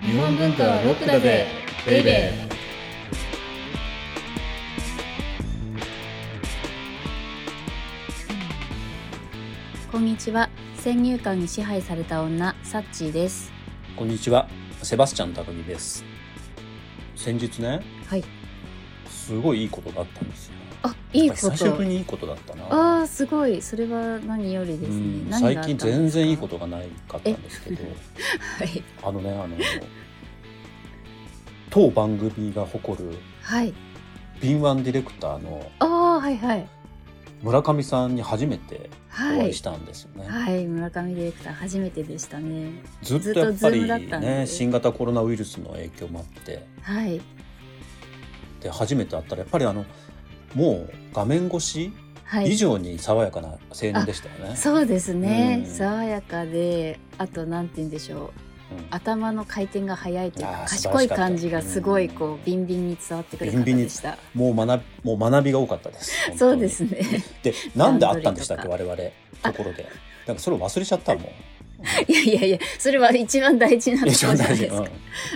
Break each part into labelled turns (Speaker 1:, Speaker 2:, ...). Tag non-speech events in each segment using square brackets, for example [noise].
Speaker 1: 日本文化はロックだぜベイベー
Speaker 2: こんにちは先入観に支配された女サッチーです
Speaker 3: こんにちは、セバスチャン匠です。先日ね、
Speaker 2: はい
Speaker 3: すごいいいことがあったんですよ。
Speaker 2: あいいこ
Speaker 3: 久しぶり
Speaker 2: と
Speaker 3: にいいことだったな。
Speaker 2: あーすごいそれは何よりです
Speaker 3: う
Speaker 2: ね
Speaker 3: ん
Speaker 2: 何
Speaker 3: 最
Speaker 2: があったん
Speaker 3: 近
Speaker 2: ですか
Speaker 3: 全然いいことがないかったんで
Speaker 2: [laughs]
Speaker 3: すけど、
Speaker 2: はい
Speaker 3: あのね、あの、当番組が誇る
Speaker 2: はい
Speaker 3: 敏腕ディレクターの
Speaker 2: ああはいはい
Speaker 3: 村上さんに初めてお
Speaker 2: は
Speaker 3: 会い
Speaker 2: い
Speaker 3: したんですよね。
Speaker 2: はい村上ディレクター初めてでしたね
Speaker 3: ずっとやっぱ
Speaker 2: ずっとズームだっ
Speaker 3: り
Speaker 2: たん
Speaker 3: ね、
Speaker 2: で
Speaker 3: 新型コロナウイルスの影響もあって、
Speaker 2: はい
Speaker 3: で、初めて会ったら、やっぱりあの、もう画面越し
Speaker 2: は
Speaker 3: 以
Speaker 2: い
Speaker 3: 上に爽やかな青年でしたよね。
Speaker 2: そうですね、
Speaker 3: うん
Speaker 2: 爽やかであとなんて言うんでしょう
Speaker 3: うん
Speaker 2: 頭の回転が速いというか
Speaker 3: あー素晴ら
Speaker 2: 賢
Speaker 3: し
Speaker 2: い
Speaker 3: かった
Speaker 2: 感じがすごいこう、
Speaker 3: うん
Speaker 2: ビンビンに伝わってくる
Speaker 3: ビ
Speaker 2: 方
Speaker 3: ンビンに
Speaker 2: でした
Speaker 3: もう学び、もう学びが多かったです。本当に
Speaker 2: そうです。ね
Speaker 3: で、なんであったんでしたっけ、
Speaker 2: 段
Speaker 3: 我々、ところで。なんかそれを忘れち
Speaker 2: [laughs]
Speaker 3: ゃったもん。
Speaker 2: いやいやいやそれは一番大事なところじ
Speaker 3: 一
Speaker 2: ゃ
Speaker 3: 番
Speaker 2: ないで
Speaker 3: 大事。
Speaker 2: すか、
Speaker 3: うん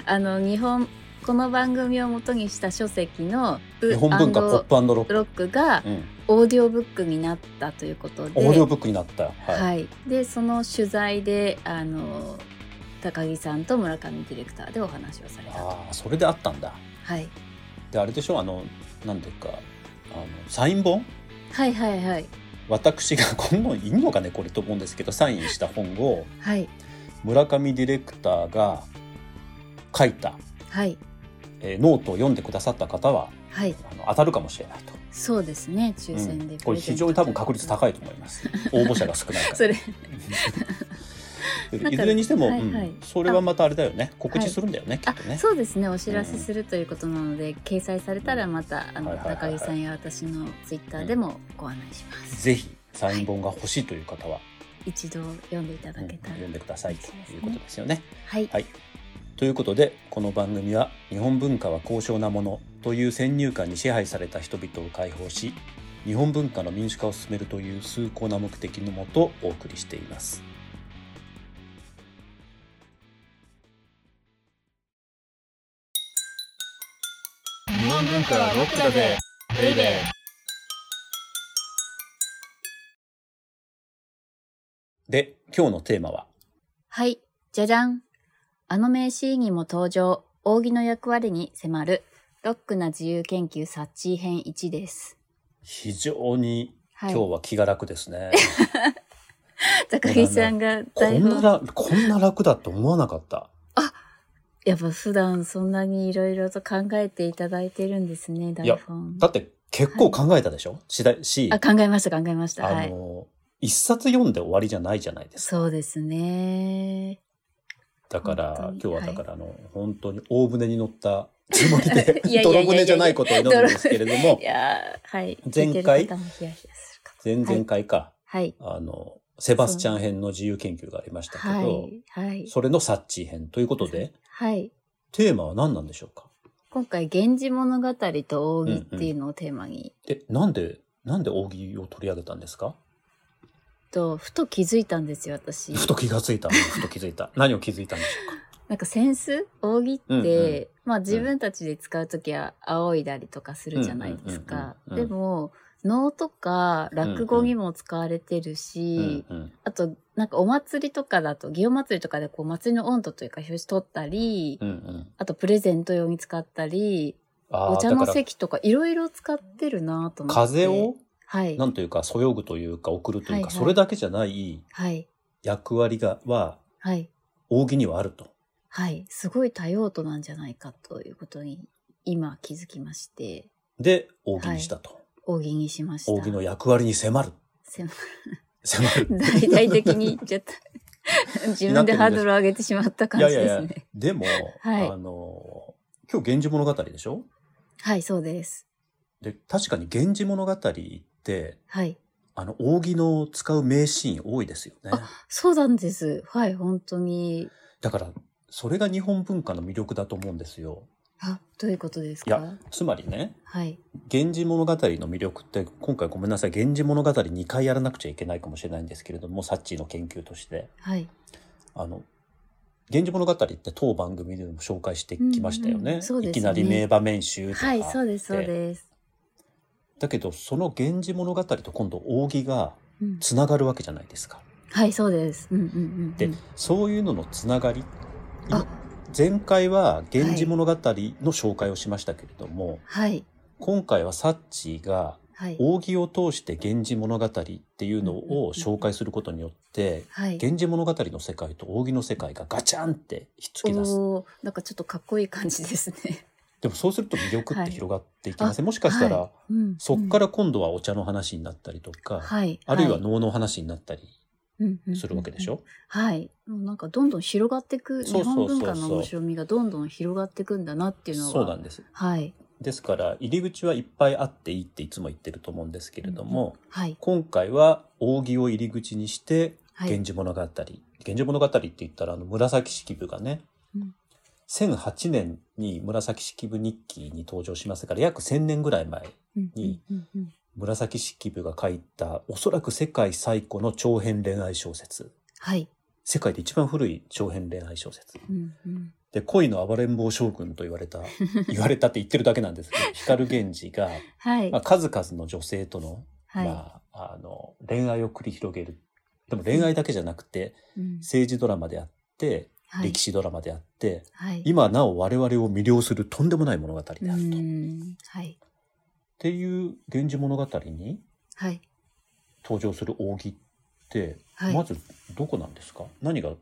Speaker 2: あの日本この番組を元にした書籍の「
Speaker 3: 日本文化ポップロック。
Speaker 2: ロック」が
Speaker 3: うん
Speaker 2: オーディオブックになったということで
Speaker 3: オーディオブックになった。。
Speaker 2: はいい、でその取材であの高木さんと村上ディレクターでお話をされたと。
Speaker 3: ああ、それであったんだ。
Speaker 2: はい、
Speaker 3: で、あれでしょあの、なんていうか、あの、サイン本。
Speaker 2: はいはいはい
Speaker 3: 私がこんなんいんのかね、これと思うんですけど、サインした本を
Speaker 2: はい
Speaker 3: 村上ディレクターが。書いた、
Speaker 2: はい
Speaker 3: えーノートを読んでくださった方は、
Speaker 2: はい
Speaker 3: あの当たるかもしれないと。
Speaker 2: そうですね抽選で、
Speaker 3: うんこれ非常に多分確率
Speaker 2: い
Speaker 3: 高いと思い
Speaker 2: [laughs]
Speaker 3: ます。応募者が少ないから。
Speaker 2: それ
Speaker 3: いずれにしても、
Speaker 2: なんかはいはい
Speaker 3: うんそれはまたあれだよね。告知するんだよね、き
Speaker 2: あ
Speaker 3: っとね。
Speaker 2: そうですねお知らせするということなので、掲載されたらまたあの、
Speaker 3: はいはいはいはい
Speaker 2: 高木さんや私のツイッターでもご案内します、
Speaker 3: ぜひサイン本が欲しいという方は、
Speaker 2: 一度読んでいただ
Speaker 3: うん
Speaker 2: けたら、
Speaker 3: 読んでくださいということですよね。
Speaker 2: はい
Speaker 3: はい。ということでこの番組は「日本文化は高尚なもの」という先入観に支配された人々を解放し日本文化の民主化を進めるという崇高な目的のもとお送りしています。
Speaker 1: 日本文化はロックだぜベイベー
Speaker 3: で今日のテーマは
Speaker 2: はいじゃじゃんあの名シーンにも登場扇の役割に迫るロックな自由研究察知編1です
Speaker 3: 非常に
Speaker 2: はい
Speaker 3: 今日は気が楽ですね。
Speaker 2: 高木さんが
Speaker 3: こ
Speaker 2: 台
Speaker 3: んな
Speaker 2: 本
Speaker 3: ら、こんな楽だと思わなかった。
Speaker 2: やっぱ普段そんなにいろいろと考えていただいてるんですね台
Speaker 3: や
Speaker 2: 本
Speaker 3: だって結構考えたでしょ、しだし、
Speaker 2: あ
Speaker 3: あ
Speaker 2: 考えました考えましたはい
Speaker 3: の、一冊読んで終わりじゃないじゃないですか。
Speaker 2: そうですね。
Speaker 3: だから、
Speaker 2: 本当
Speaker 3: 今
Speaker 2: に
Speaker 3: 日はだから、あの、本当に大船に乗ったつもりで
Speaker 2: [laughs] いやいやいやいや、
Speaker 3: 泥船じゃないことを祈るんですけれども
Speaker 2: [laughs] い、やーはい。
Speaker 3: 前
Speaker 2: 聞
Speaker 3: 回
Speaker 2: いてる方もヒヤヒヤするかも
Speaker 3: 前々回か、
Speaker 2: はい。
Speaker 3: あの、セバスチャン編の自由研究がありましたけど、
Speaker 2: はい。はい。
Speaker 3: それのサッチー編ということで、
Speaker 2: はい。
Speaker 3: テーマは何なんでしょうか
Speaker 2: 今回、源氏物語と扇っていうのをテーマに、
Speaker 3: え、なんで、なんで扇を取り上げたんですか
Speaker 2: と、ふと気づいたんですよ、私。
Speaker 3: ふと気がついた。ふと気づいた。何を気づいたんでしょうか
Speaker 2: なんか扇子扇って、
Speaker 3: うんうん
Speaker 2: まあ自分たちで使うときは仰いだりとかするじゃないですか。
Speaker 3: うんうんうん
Speaker 2: で
Speaker 3: うん
Speaker 2: も、能とか落語にも使われてるし、
Speaker 3: うんうん
Speaker 2: あと、なんかお祭りとかだと、祇園祭りとかでこう祭りの温度というか表紙取ったり、
Speaker 3: うんうん
Speaker 2: あとプレゼント用に使ったり、
Speaker 3: あ
Speaker 2: お
Speaker 3: ー
Speaker 2: 茶の
Speaker 3: だから
Speaker 2: 席とかいろいろ使ってるなと思って。
Speaker 3: 風を
Speaker 2: はい。
Speaker 3: なんというかそよぐというか送るというか、
Speaker 2: はいはい
Speaker 3: それだけじゃない
Speaker 2: はい。
Speaker 3: 役割がは
Speaker 2: はい。
Speaker 3: 扇にはあると。
Speaker 2: はい。すごい多用途なんじゃないかということに今気づきまして、
Speaker 3: で扇にしたと、
Speaker 2: 扇にしました。
Speaker 3: 扇の役割に迫る
Speaker 2: せん [laughs]
Speaker 3: 迫る。
Speaker 2: 大々的に言っち
Speaker 3: [laughs]
Speaker 2: ゃった。自分でハードルを上げてしまった [laughs] 感じですね。
Speaker 3: いやいやいでも、
Speaker 2: はい
Speaker 3: あの今日「源氏物語」でしょ
Speaker 2: はい、そうです。
Speaker 3: で確かに「源氏物語」って
Speaker 2: はい。
Speaker 3: あの扇の使う名シーン多いですよね。
Speaker 2: そうなんです。はい、本当に。
Speaker 3: だからそれが日本文化の魅力だと思うんですよ。
Speaker 2: あ、どういうことです
Speaker 3: いや
Speaker 2: か
Speaker 3: つまりね
Speaker 2: はい。
Speaker 3: 源氏物語の魅力って今回ごめんなさい源氏物語2回やらなくちゃいけないかもしれないんですけれどもサッチーの研究として
Speaker 2: はい。
Speaker 3: あの源氏物語って当番組でも紹介してきましたよね。
Speaker 2: うんうんそうですね
Speaker 3: いきなり名場面集とか。
Speaker 2: はい、そうです、そうです。
Speaker 3: だけど、その源氏物語と今度扇が
Speaker 2: うん
Speaker 3: つながるわけじゃないですか。
Speaker 2: はい、そうです。うんうんうんうん。
Speaker 3: で、そういうののつながり。
Speaker 2: あ
Speaker 3: 前回は源氏物語の紹介をしましたけれども、
Speaker 2: はい、
Speaker 3: 今回はサッチーが
Speaker 2: はい、
Speaker 3: 扇を通して源氏物語っていうのを紹介することによって、
Speaker 2: はい。
Speaker 3: 源氏物語の世界と扇の世界がガチャンってひっつき出す。
Speaker 2: おーなんかちょっとかっこいい感じですね。
Speaker 3: でもそうすると魅力っ
Speaker 2: は
Speaker 3: て
Speaker 2: い
Speaker 3: 広がっていきません、もしかしたら、
Speaker 2: は [laughs] うん
Speaker 3: そっから今度はお茶の話になったりとか、
Speaker 2: うんはい、
Speaker 3: あるいは能の話になったり
Speaker 2: はい
Speaker 3: するわけでし。
Speaker 2: うんうんうん
Speaker 3: ょ、
Speaker 2: はい、もうなんかどんどん広がっていく
Speaker 3: そ
Speaker 2: 日
Speaker 3: うそう
Speaker 2: 本
Speaker 3: そうそう
Speaker 2: 文化の面白みがどんどん広がっていくんだなっていうのは、
Speaker 3: そうなんです。
Speaker 2: はい、
Speaker 3: ですから入り口はいっぱいあっていいっていつも言ってると思うんですけれども、
Speaker 2: はい、
Speaker 3: 今回は扇を入り口にして
Speaker 2: はい、
Speaker 3: 源氏物語、源氏物語って言ったらあの紫式部がね、
Speaker 2: うん
Speaker 3: 1008年に紫式部日記に登場しますから約1000年ぐらい前
Speaker 2: うん
Speaker 3: に
Speaker 2: うんうんうん
Speaker 3: 紫式部が書いたおそらく世界最古の長編恋愛小説
Speaker 2: はい、
Speaker 3: 世界で一番古い長編恋愛小説
Speaker 2: うんうん
Speaker 3: で恋の暴れん坊将軍と言わ
Speaker 2: [laughs]
Speaker 3: れた言われたって言ってるだけなんですけど光源氏が、
Speaker 2: はい、
Speaker 3: まあ、数々の女性との,、
Speaker 2: はい、
Speaker 3: まあ、あの恋愛を繰り広げるでも恋愛だけじゃなくて
Speaker 2: うん
Speaker 3: 政治ドラマであって、
Speaker 2: はい
Speaker 3: 歴史ドラマであって
Speaker 2: はい、
Speaker 3: 今なお我々を魅了するとんでもない物語であると。
Speaker 2: う
Speaker 3: っ
Speaker 2: んはい、
Speaker 3: ていう「源氏物語」に
Speaker 2: はい、
Speaker 3: 登場する扇って、
Speaker 2: はい、
Speaker 3: まずどこなんですか何が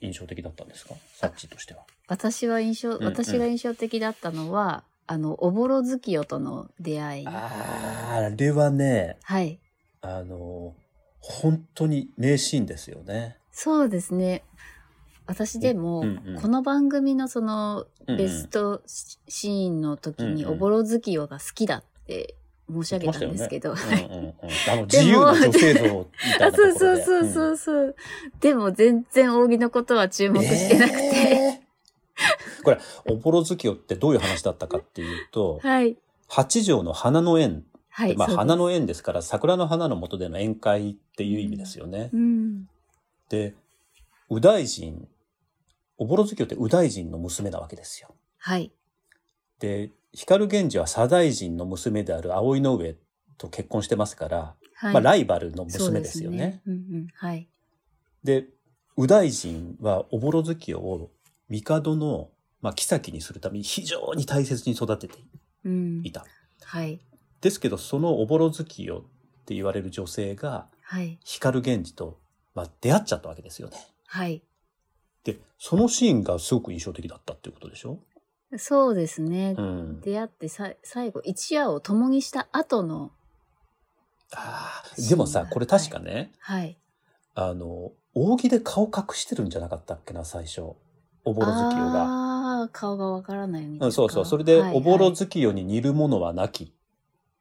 Speaker 3: 印象的だったんですかサッチーとしては。
Speaker 2: 私は印象、
Speaker 3: んうん
Speaker 2: 私が印象的だったのは、あのおぼろ月夜との出会い、
Speaker 3: あーあれはね
Speaker 2: はい、
Speaker 3: あの本当に名シーンですよね。
Speaker 2: そうですね。私でも、
Speaker 3: うんうん
Speaker 2: この番組のその
Speaker 3: うんうん
Speaker 2: ベストシシーンの時に
Speaker 3: うんう
Speaker 2: お
Speaker 3: ん
Speaker 2: ぼろ月夜が好きだって申し上げたんですけど。
Speaker 3: うん
Speaker 2: [laughs] はい
Speaker 3: うんうん、あの自由な女性像みたいな
Speaker 2: あ、
Speaker 3: とこ
Speaker 2: そ
Speaker 3: ろ
Speaker 2: う
Speaker 3: で。
Speaker 2: そうそうそうそう。でも全然扇のことは注目してなくて。、
Speaker 3: えーこれ、おぼろ月夜ってどういう話だったかっていうと
Speaker 2: はい。
Speaker 3: 八条の花の縁
Speaker 2: は
Speaker 3: っ
Speaker 2: い。
Speaker 3: て、まあ
Speaker 2: そうです
Speaker 3: 花の縁ですから、桜の花の下での宴会っていう意味ですよね。
Speaker 2: うん。
Speaker 3: で、右大臣、おぼろ月夜って右大臣の娘なわけですよ。
Speaker 2: はい。
Speaker 3: で、光源氏は左大臣の娘である葵の上と結婚してますから、
Speaker 2: はい。
Speaker 3: まあライバルの
Speaker 2: そう
Speaker 3: 娘ですよね。
Speaker 2: うんうん。はい。
Speaker 3: で、右大臣はおぼろ月夜を帝の、まあ、妃にするために非常に大切に育てて
Speaker 2: うん
Speaker 3: い。た。
Speaker 2: はい。
Speaker 3: ですけど、そのおぼろ月夜って言われる女性が
Speaker 2: はい。
Speaker 3: 光源氏と、まあ、出会っちゃったわけですよね。
Speaker 2: はい。
Speaker 3: で、そのシーンがすごく印象的だったっていうことでしょ
Speaker 2: そうですね。
Speaker 3: うん。
Speaker 2: 出会ってさ最後、一夜を共にした後の、
Speaker 3: あーでもさ、これ確かね、
Speaker 2: はい。
Speaker 3: あの、扇で顔隠してるんじゃなかったっけな、最初。おぼろ月夜が。
Speaker 2: ああ、顔がわからないみたい
Speaker 3: うん、
Speaker 2: な。
Speaker 3: そうそう。それで、おぼろ
Speaker 2: っ
Speaker 3: 月夜に似るものはなきっ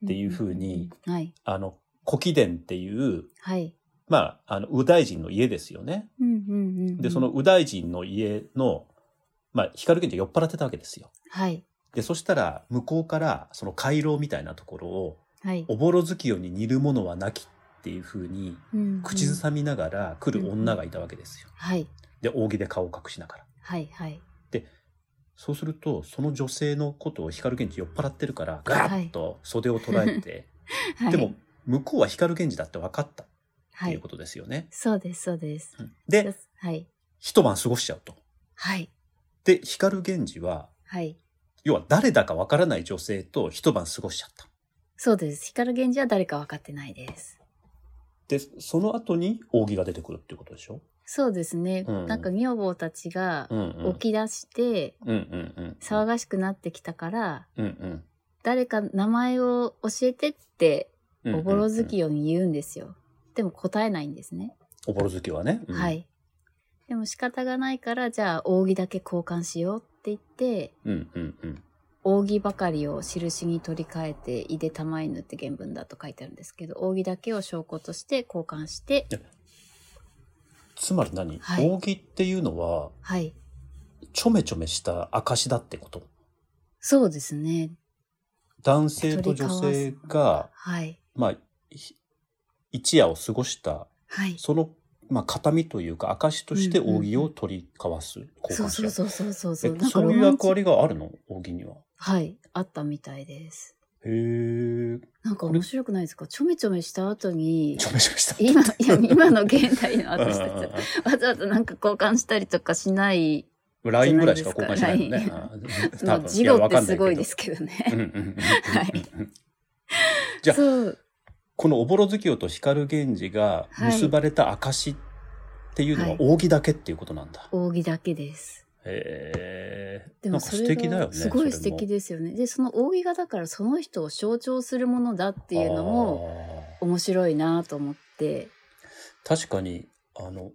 Speaker 3: ていう風に、
Speaker 2: はい、
Speaker 3: あの、古貴殿っていう、
Speaker 2: はい。
Speaker 3: まあ、あの、右大臣の家ですよね。
Speaker 2: うんうんうんうん
Speaker 3: で、その、右大臣の家の、まあ、光源氏が酔っ払ってたわけですよ。
Speaker 2: はい、
Speaker 3: で、そしたら、向こうから、その回廊みたいなところを、
Speaker 2: はい。
Speaker 3: おぼろ月夜に似るものはなきっていう風に、
Speaker 2: うんうん
Speaker 3: 口ずさみながら来る女がいたわけですよ。
Speaker 2: はい、
Speaker 3: で、扇で顔を隠しながら。
Speaker 2: はい、はい。
Speaker 3: そうすると、その女性のことを光源氏酔っ払ってるから、ガーッと袖を捉えて、
Speaker 2: はい
Speaker 3: でも、、向こうは光源氏だって分かったっ
Speaker 2: は
Speaker 3: ていう
Speaker 2: い
Speaker 3: こ。とですよね。
Speaker 2: そうです、そうです。
Speaker 3: うんで、
Speaker 2: はい、
Speaker 3: 一晩過ごしちゃうと。
Speaker 2: はい、
Speaker 3: で、光源氏は、
Speaker 2: はい。
Speaker 3: 要は誰だかわからない女性と一晩過ごしちゃった。
Speaker 2: そうです。光源氏は誰か分かってないです。
Speaker 3: で、その後に扇が出てくるっていうことでしょ
Speaker 2: そうですね。
Speaker 3: うん
Speaker 2: なんか女房たちが
Speaker 3: うんう
Speaker 2: 起き出して、
Speaker 3: うんうんうん。
Speaker 2: 騒がしくなってきたから、
Speaker 3: うんうん
Speaker 2: 誰か名前を教えてって
Speaker 3: うんうん。
Speaker 2: おぼろ月夜に言うんですよ。でも答えないんですね。
Speaker 3: おぼろ月はね。うん
Speaker 2: は。い。でも仕方がないから、じゃあ扇だけ交換しようって言って、
Speaker 3: うんうんうん。
Speaker 2: 扇ばかりを印に取り替えて、いでたまえぬって原文だと書いてあるんですけど、扇だけを証拠として交換して、
Speaker 3: つまり何、
Speaker 2: はい
Speaker 3: 扇っていうのは、
Speaker 2: はい。
Speaker 3: ちょめちょめした証だってこと。
Speaker 2: そうですね。
Speaker 3: 男性と女性が、
Speaker 2: はい。
Speaker 3: まあ、ひ一夜を過ごした、
Speaker 2: はい。
Speaker 3: そのまあ、形見というか証として扇を取り交わす交
Speaker 2: そう
Speaker 3: 換し
Speaker 2: そう
Speaker 3: 合
Speaker 2: そうそうそうそう。
Speaker 3: う
Speaker 2: なん
Speaker 3: え
Speaker 2: か
Speaker 3: そ
Speaker 2: ロ
Speaker 3: ういう
Speaker 2: マン
Speaker 3: 役
Speaker 2: チ
Speaker 3: 割があるの扇には。
Speaker 2: はい、あったみたいです。
Speaker 3: へえ。
Speaker 2: なんか面白くないですかちょめちょめした後に
Speaker 3: ち、ょめちょめした。
Speaker 2: 今、いや、今の現代の私たち
Speaker 3: [laughs] うんうん
Speaker 2: は、わざわざなんか交換したりとかしない、
Speaker 3: うん LINE ぐらいしか交換しないもんね
Speaker 2: じゃ。
Speaker 3: あー
Speaker 2: ま
Speaker 3: 多
Speaker 2: あ、
Speaker 3: 分
Speaker 2: 事後ってすごい
Speaker 3: やわかんなけど
Speaker 2: ですけど
Speaker 3: うん
Speaker 2: ね。
Speaker 3: うんうんうん
Speaker 2: [laughs] はい
Speaker 3: じゃあ
Speaker 2: そう、
Speaker 3: このおぼろ月夜と光源氏が結ばれた証っていうのは
Speaker 2: はい
Speaker 3: 扇だけっていうことなんだ。
Speaker 2: 扇だけです。
Speaker 3: へえ。
Speaker 2: で
Speaker 3: な
Speaker 2: も
Speaker 3: んか
Speaker 2: そ
Speaker 3: 素
Speaker 2: れ
Speaker 3: 敵だよ
Speaker 2: が
Speaker 3: ね。
Speaker 2: すごい素敵ですよね。で、その扇がだからその人を象徴するものだって
Speaker 3: て
Speaker 2: いうのも面白いなと思って。
Speaker 3: 確かに、あの、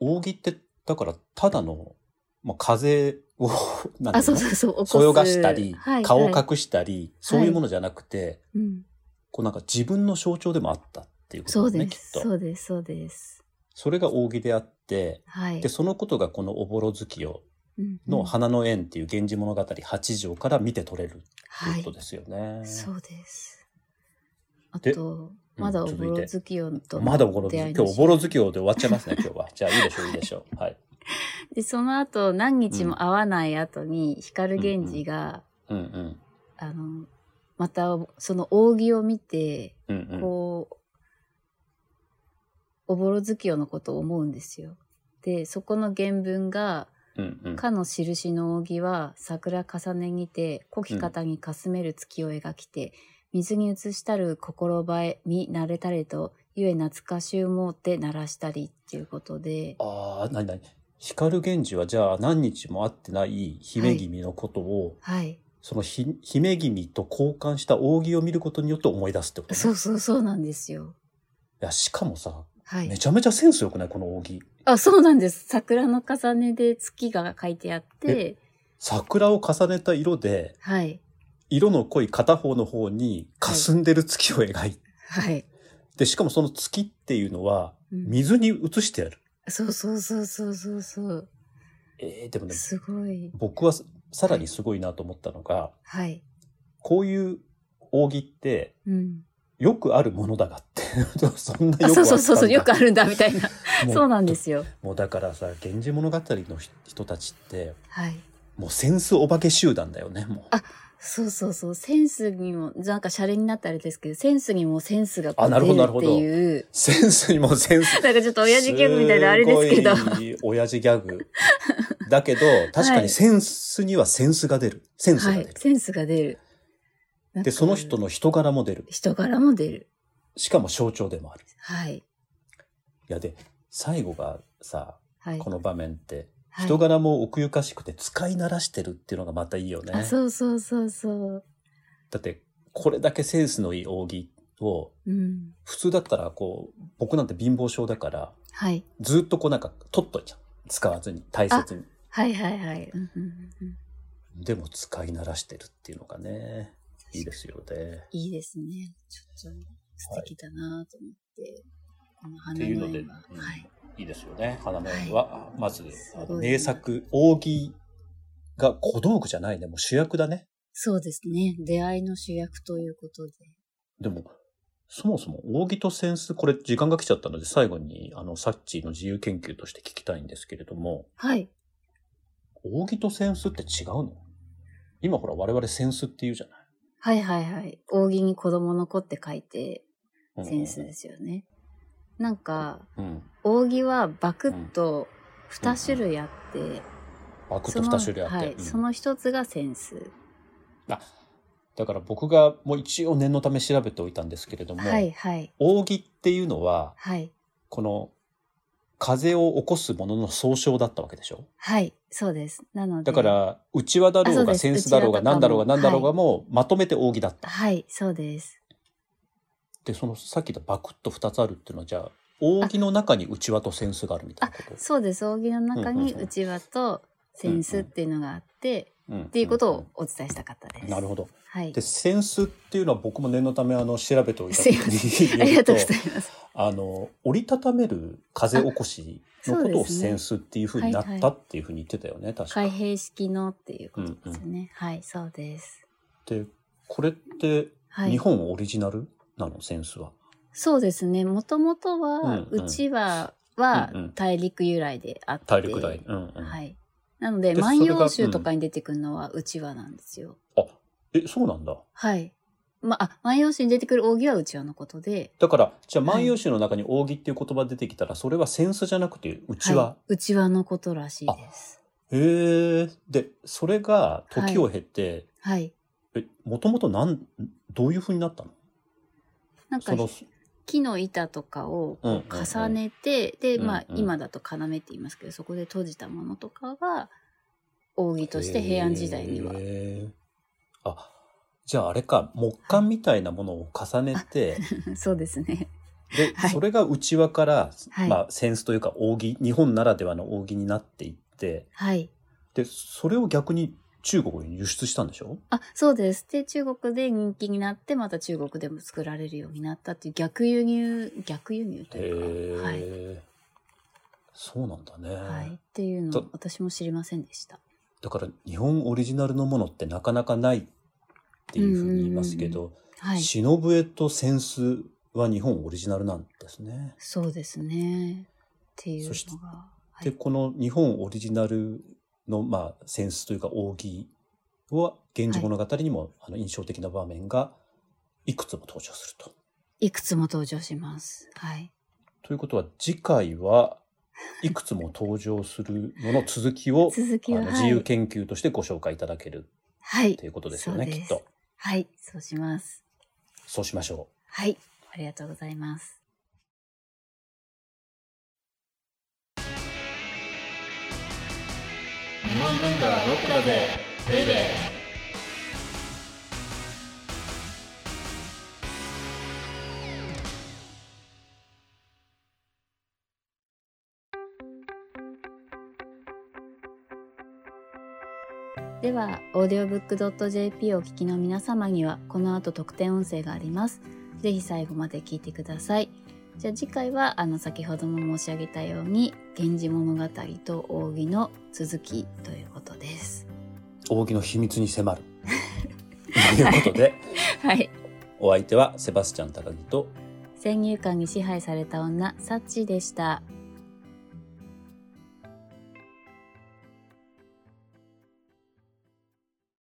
Speaker 3: 扇って、だから、ただの、まあ、風を、 [laughs] なん
Speaker 2: あ、
Speaker 3: て
Speaker 2: そ
Speaker 3: い
Speaker 2: うう
Speaker 3: の
Speaker 2: そうそう、起こす
Speaker 3: そよがしたり、
Speaker 2: はい
Speaker 3: 顔を
Speaker 2: はい
Speaker 3: 隠したり、そういうものじゃなくて、
Speaker 2: うん
Speaker 3: こうなんか自分の象徴でもあったっていうこ
Speaker 2: そ
Speaker 3: と
Speaker 2: う
Speaker 3: ですね、
Speaker 2: で
Speaker 3: きっ
Speaker 2: す。
Speaker 3: と。
Speaker 2: そうです、そうです。
Speaker 3: それが扇であって、
Speaker 2: はい
Speaker 3: で、。そのことがこのおぼろ月夜
Speaker 2: うんう
Speaker 3: の
Speaker 2: ん
Speaker 3: 花の縁っていう源氏物語8条から見て取れるって
Speaker 2: は
Speaker 3: いう
Speaker 2: い
Speaker 3: こと。ですよね。
Speaker 2: そうです。あ
Speaker 3: で
Speaker 2: と、まだおぼろ月夜と、
Speaker 3: まだおぼろ月夜、今日おぼろ月夜で終わっちゃいますね、 [laughs] 今日は。じゃあいいでしょう、いいでしょう。はい。
Speaker 2: で、その後、何日も会わない後に、光源氏が、
Speaker 3: うんうん。
Speaker 2: あの、また、その扇を見て、
Speaker 3: うんうん。
Speaker 2: こう、おぼろ月夜のことを思うんですよ。で、そこの原文が、
Speaker 3: うんうん。
Speaker 2: かの印の扇は桜重ねにて、こき方にかすめる月を描きて、水に映したる心映え、見慣れたれと、ゆえ懐かしゅうもうて鳴らしたりっていうことで、
Speaker 3: ああ、なになに。光源氏はじゃあ何日も会ってない姫君のことを、
Speaker 2: はい。
Speaker 3: そのひ姫君と交換した扇を見ることによって思い出すってことね
Speaker 2: そうそうそうなんですよ。
Speaker 3: いや、しかもさ、
Speaker 2: は
Speaker 3: め
Speaker 2: い。
Speaker 3: ちゃめちゃセンスよくないこの扇。
Speaker 2: あ、そうなんです。桜の重ねで月が書いてあって、
Speaker 3: 桜を重ねた色で、
Speaker 2: はい。
Speaker 3: 色の濃い片方の方に霞んでる月を描いて、
Speaker 2: はい。
Speaker 3: で、しかもその月っていうのは、
Speaker 2: うん
Speaker 3: 水に映してやる。
Speaker 2: そうそうそうそうそうそう。
Speaker 3: えー、でもね、
Speaker 2: すごい。
Speaker 3: 僕はさらにすごいなと思ったのが、
Speaker 2: はい。
Speaker 3: こういう扇って、
Speaker 2: うん。
Speaker 3: よくあるものだがって、 [laughs] そんな
Speaker 2: あ、
Speaker 3: よく
Speaker 2: そ
Speaker 3: あ
Speaker 2: うそうそうそう、よく
Speaker 3: る
Speaker 2: あるんだ、みたいな。
Speaker 3: も
Speaker 2: そうなんですよ。
Speaker 3: もうだからさ、源氏物語のひ人たちって、
Speaker 2: はい。
Speaker 3: もうセンスお化け集団だよね、もう。
Speaker 2: あそうそうそう。センスにも、なんかシャレになったあれですけど、センスにもセンスがこ
Speaker 3: あ
Speaker 2: う
Speaker 3: なるほ
Speaker 2: 出
Speaker 3: ど
Speaker 2: るっていう。
Speaker 3: センスにもセンス。
Speaker 2: なんかちょっと親父ギャグみたいなあれですけど。
Speaker 3: すごい親父ギャグ。だけど、確か
Speaker 2: は
Speaker 3: に
Speaker 2: い
Speaker 3: センスにはセンスが出る。センスが
Speaker 2: は
Speaker 3: 出
Speaker 2: い
Speaker 3: る。。
Speaker 2: センスが出る。なん
Speaker 3: で、
Speaker 2: か
Speaker 3: その人。の人柄も出る。
Speaker 2: 人柄も出る。
Speaker 3: しかも象徴でもある。
Speaker 2: はい。
Speaker 3: いや、で、最後がさ、
Speaker 2: はい。
Speaker 3: この場面って、
Speaker 2: はい
Speaker 3: 人柄も奥ゆかしくて使い慣らしてるっていうのがまたいいよね。
Speaker 2: あ、そうそうそうそう。
Speaker 3: だって、これだけセンスのいい扇を、
Speaker 2: うん。
Speaker 3: 普通だったら、こう、僕なんて貧乏症だから、
Speaker 2: はい。
Speaker 3: ずっとこうなんか取っといちゃう。使わずに、大切に。
Speaker 2: はいはいはい。うんうんうんうん
Speaker 3: でも使い慣らしてるっていうのがね、いいですよね。
Speaker 2: いいですね。ちょっと素敵だなと思って。この
Speaker 3: っ
Speaker 2: 花
Speaker 3: ていうので、
Speaker 2: 絵
Speaker 3: うん
Speaker 2: ははい。
Speaker 3: いいですよね。花の絵は、まず、あ
Speaker 2: す
Speaker 3: の
Speaker 2: ごい
Speaker 3: 名作、扇が小道具じゃないね。もう主役だね。
Speaker 2: そうですね。出会いの主役ということで。
Speaker 3: でも、そもそも扇と扇子、これ時間が来ちゃったので、最後に、あの、サッチーの自由研究として聞きたいんですけれども、
Speaker 2: はい。
Speaker 3: 扇と扇子って違うの今ほら我々扇子って言うじゃない。
Speaker 2: はいはいはい。扇に子供の子って書いて、
Speaker 3: うん
Speaker 2: センスですよね。なんか、
Speaker 3: うん。
Speaker 2: 扇はバクッと2種類あって、
Speaker 3: バクッ
Speaker 2: そ
Speaker 3: と
Speaker 2: の
Speaker 3: 二種類あって。
Speaker 2: はい、
Speaker 3: うん
Speaker 2: その一つがセンス。
Speaker 3: あだから僕がもう一応念のため調べておいたんですけれども、
Speaker 2: はいはい。
Speaker 3: 扇っていうのは
Speaker 2: はい。
Speaker 3: この風を起こすものの総称だったわけでしょ
Speaker 2: はい。そうです。なので。
Speaker 3: だか。ら内輪だろうが
Speaker 2: あそ
Speaker 3: セ
Speaker 2: うです
Speaker 3: ンスだろうが
Speaker 2: 内輪
Speaker 3: 何
Speaker 2: とかも
Speaker 3: だろうが何だろうが
Speaker 2: は
Speaker 3: もうまとめて扇だった。
Speaker 2: はい、そうです。
Speaker 3: でそのさっき言ったバクッと2つあるっていうのはじゃあ扇の中に内輪とセンスがあるみたいなこと。
Speaker 2: そうです。扇の中
Speaker 3: うんうん
Speaker 2: に
Speaker 3: うん
Speaker 2: うちわとセンスっていうのがあって、
Speaker 3: うん
Speaker 2: っていうことをお伝えしたか [laughs] ったです。
Speaker 3: なるほど。
Speaker 2: はい
Speaker 3: で。センスっていうのは僕も念のためあの調べておいた
Speaker 2: すいま
Speaker 3: せ [laughs]
Speaker 2: ありがとうございます。
Speaker 3: あの折りたためる風起こしの
Speaker 2: あ
Speaker 3: こと
Speaker 2: そ
Speaker 3: を
Speaker 2: うです
Speaker 3: セ
Speaker 2: ね
Speaker 3: ンスっていうふうになっ
Speaker 2: はい
Speaker 3: た
Speaker 2: は
Speaker 3: っていうふうに言ってたよね、確か
Speaker 2: 開閉式のっていうことですよね。はい、そうです。
Speaker 3: でこれって
Speaker 2: はい。
Speaker 3: 日本オリジナルなの、センスは。
Speaker 2: そうですね。もともと
Speaker 3: うん
Speaker 2: は、
Speaker 3: うん
Speaker 2: うちは、は
Speaker 3: うんうん
Speaker 2: 大陸由来であって、
Speaker 3: 大陸大。うんうん。
Speaker 2: はい。なので、
Speaker 3: で
Speaker 2: 万葉
Speaker 3: そ
Speaker 2: 集
Speaker 3: れが
Speaker 2: とかに出てくるのはうちわなんですよ。
Speaker 3: あ、え、そうなんだ。
Speaker 2: はい。まあ、万葉集に出てくる扇はうちわのことで、
Speaker 3: だから、じゃあ万葉集の中に扇っていう言葉出てきたら、それは扇子じゃなくて、うちわ。
Speaker 2: い、うちわのことらしいです。
Speaker 3: へえ。で、それが時を経て、
Speaker 2: はい。
Speaker 3: え、もともとなん、どういう風になったの
Speaker 2: なんか
Speaker 3: そ、の、
Speaker 2: 木の板とかを
Speaker 3: うんうんうん
Speaker 2: 重ねて、で、まあ、
Speaker 3: うんうん
Speaker 2: 今だと要って言いますけど、そこで閉じたものとかが、扇として平安時代には。 [laughs]
Speaker 3: へーあ、じゃああれか、木管みたいなものを重ねて、
Speaker 2: そうですね。
Speaker 3: で、
Speaker 2: [laughs] はい
Speaker 3: それが内輪から、
Speaker 2: はい
Speaker 3: まあ、センスというか扇、日本ならではの扇になっていって、
Speaker 2: はい。
Speaker 3: で、それを逆に中国に輸出したんでしょ
Speaker 2: あ、そうです。で、中国で人気になって、また中国でも作られるようになったっていう逆輸入、逆輸入と
Speaker 3: へ
Speaker 2: いうか、はい。
Speaker 3: え。そうなんだね。
Speaker 2: はい。っていうのを
Speaker 3: と
Speaker 2: 私も知りませんでした。
Speaker 3: だから日本オリジナルのものってなかなかないっていうふうに言いますけど、
Speaker 2: はい。
Speaker 3: 篠笛と扇子は日本オリジナルなんですね。
Speaker 2: そうですね。っていう
Speaker 3: そして
Speaker 2: のが。は
Speaker 3: で、
Speaker 2: い、
Speaker 3: この日本オリジナルの、まあ、センスというか扇は、源氏物語にも、あの印象的な場面がいくつも登場すると。
Speaker 2: いくつも登場します。はい。、
Speaker 3: ということは、次回はいくつも登場するのの続きを
Speaker 2: 続きは、
Speaker 3: あの
Speaker 2: はい、
Speaker 3: 自由研究としてご紹介いただける
Speaker 2: はい
Speaker 3: と。いうことですよね、
Speaker 2: そう
Speaker 3: き
Speaker 2: で
Speaker 3: っ
Speaker 2: す
Speaker 3: と。
Speaker 2: はい。そうします。
Speaker 3: そうしましょ
Speaker 2: はい。ありがとうございます。
Speaker 1: 日本文化はロックだぜベイベー
Speaker 2: では audiobook.jp をお聞きの皆様にはこの後特典音声がありますぜひ最後まで聞いてくださいじゃあ次回はあの先ほども申し上げたように「源氏物語と扇」の続きということです
Speaker 3: う。扇の秘密に迫る。ということで、
Speaker 2: はい
Speaker 3: お相手はセバスチャン高木と
Speaker 2: 先入観に支配された女サッチーでした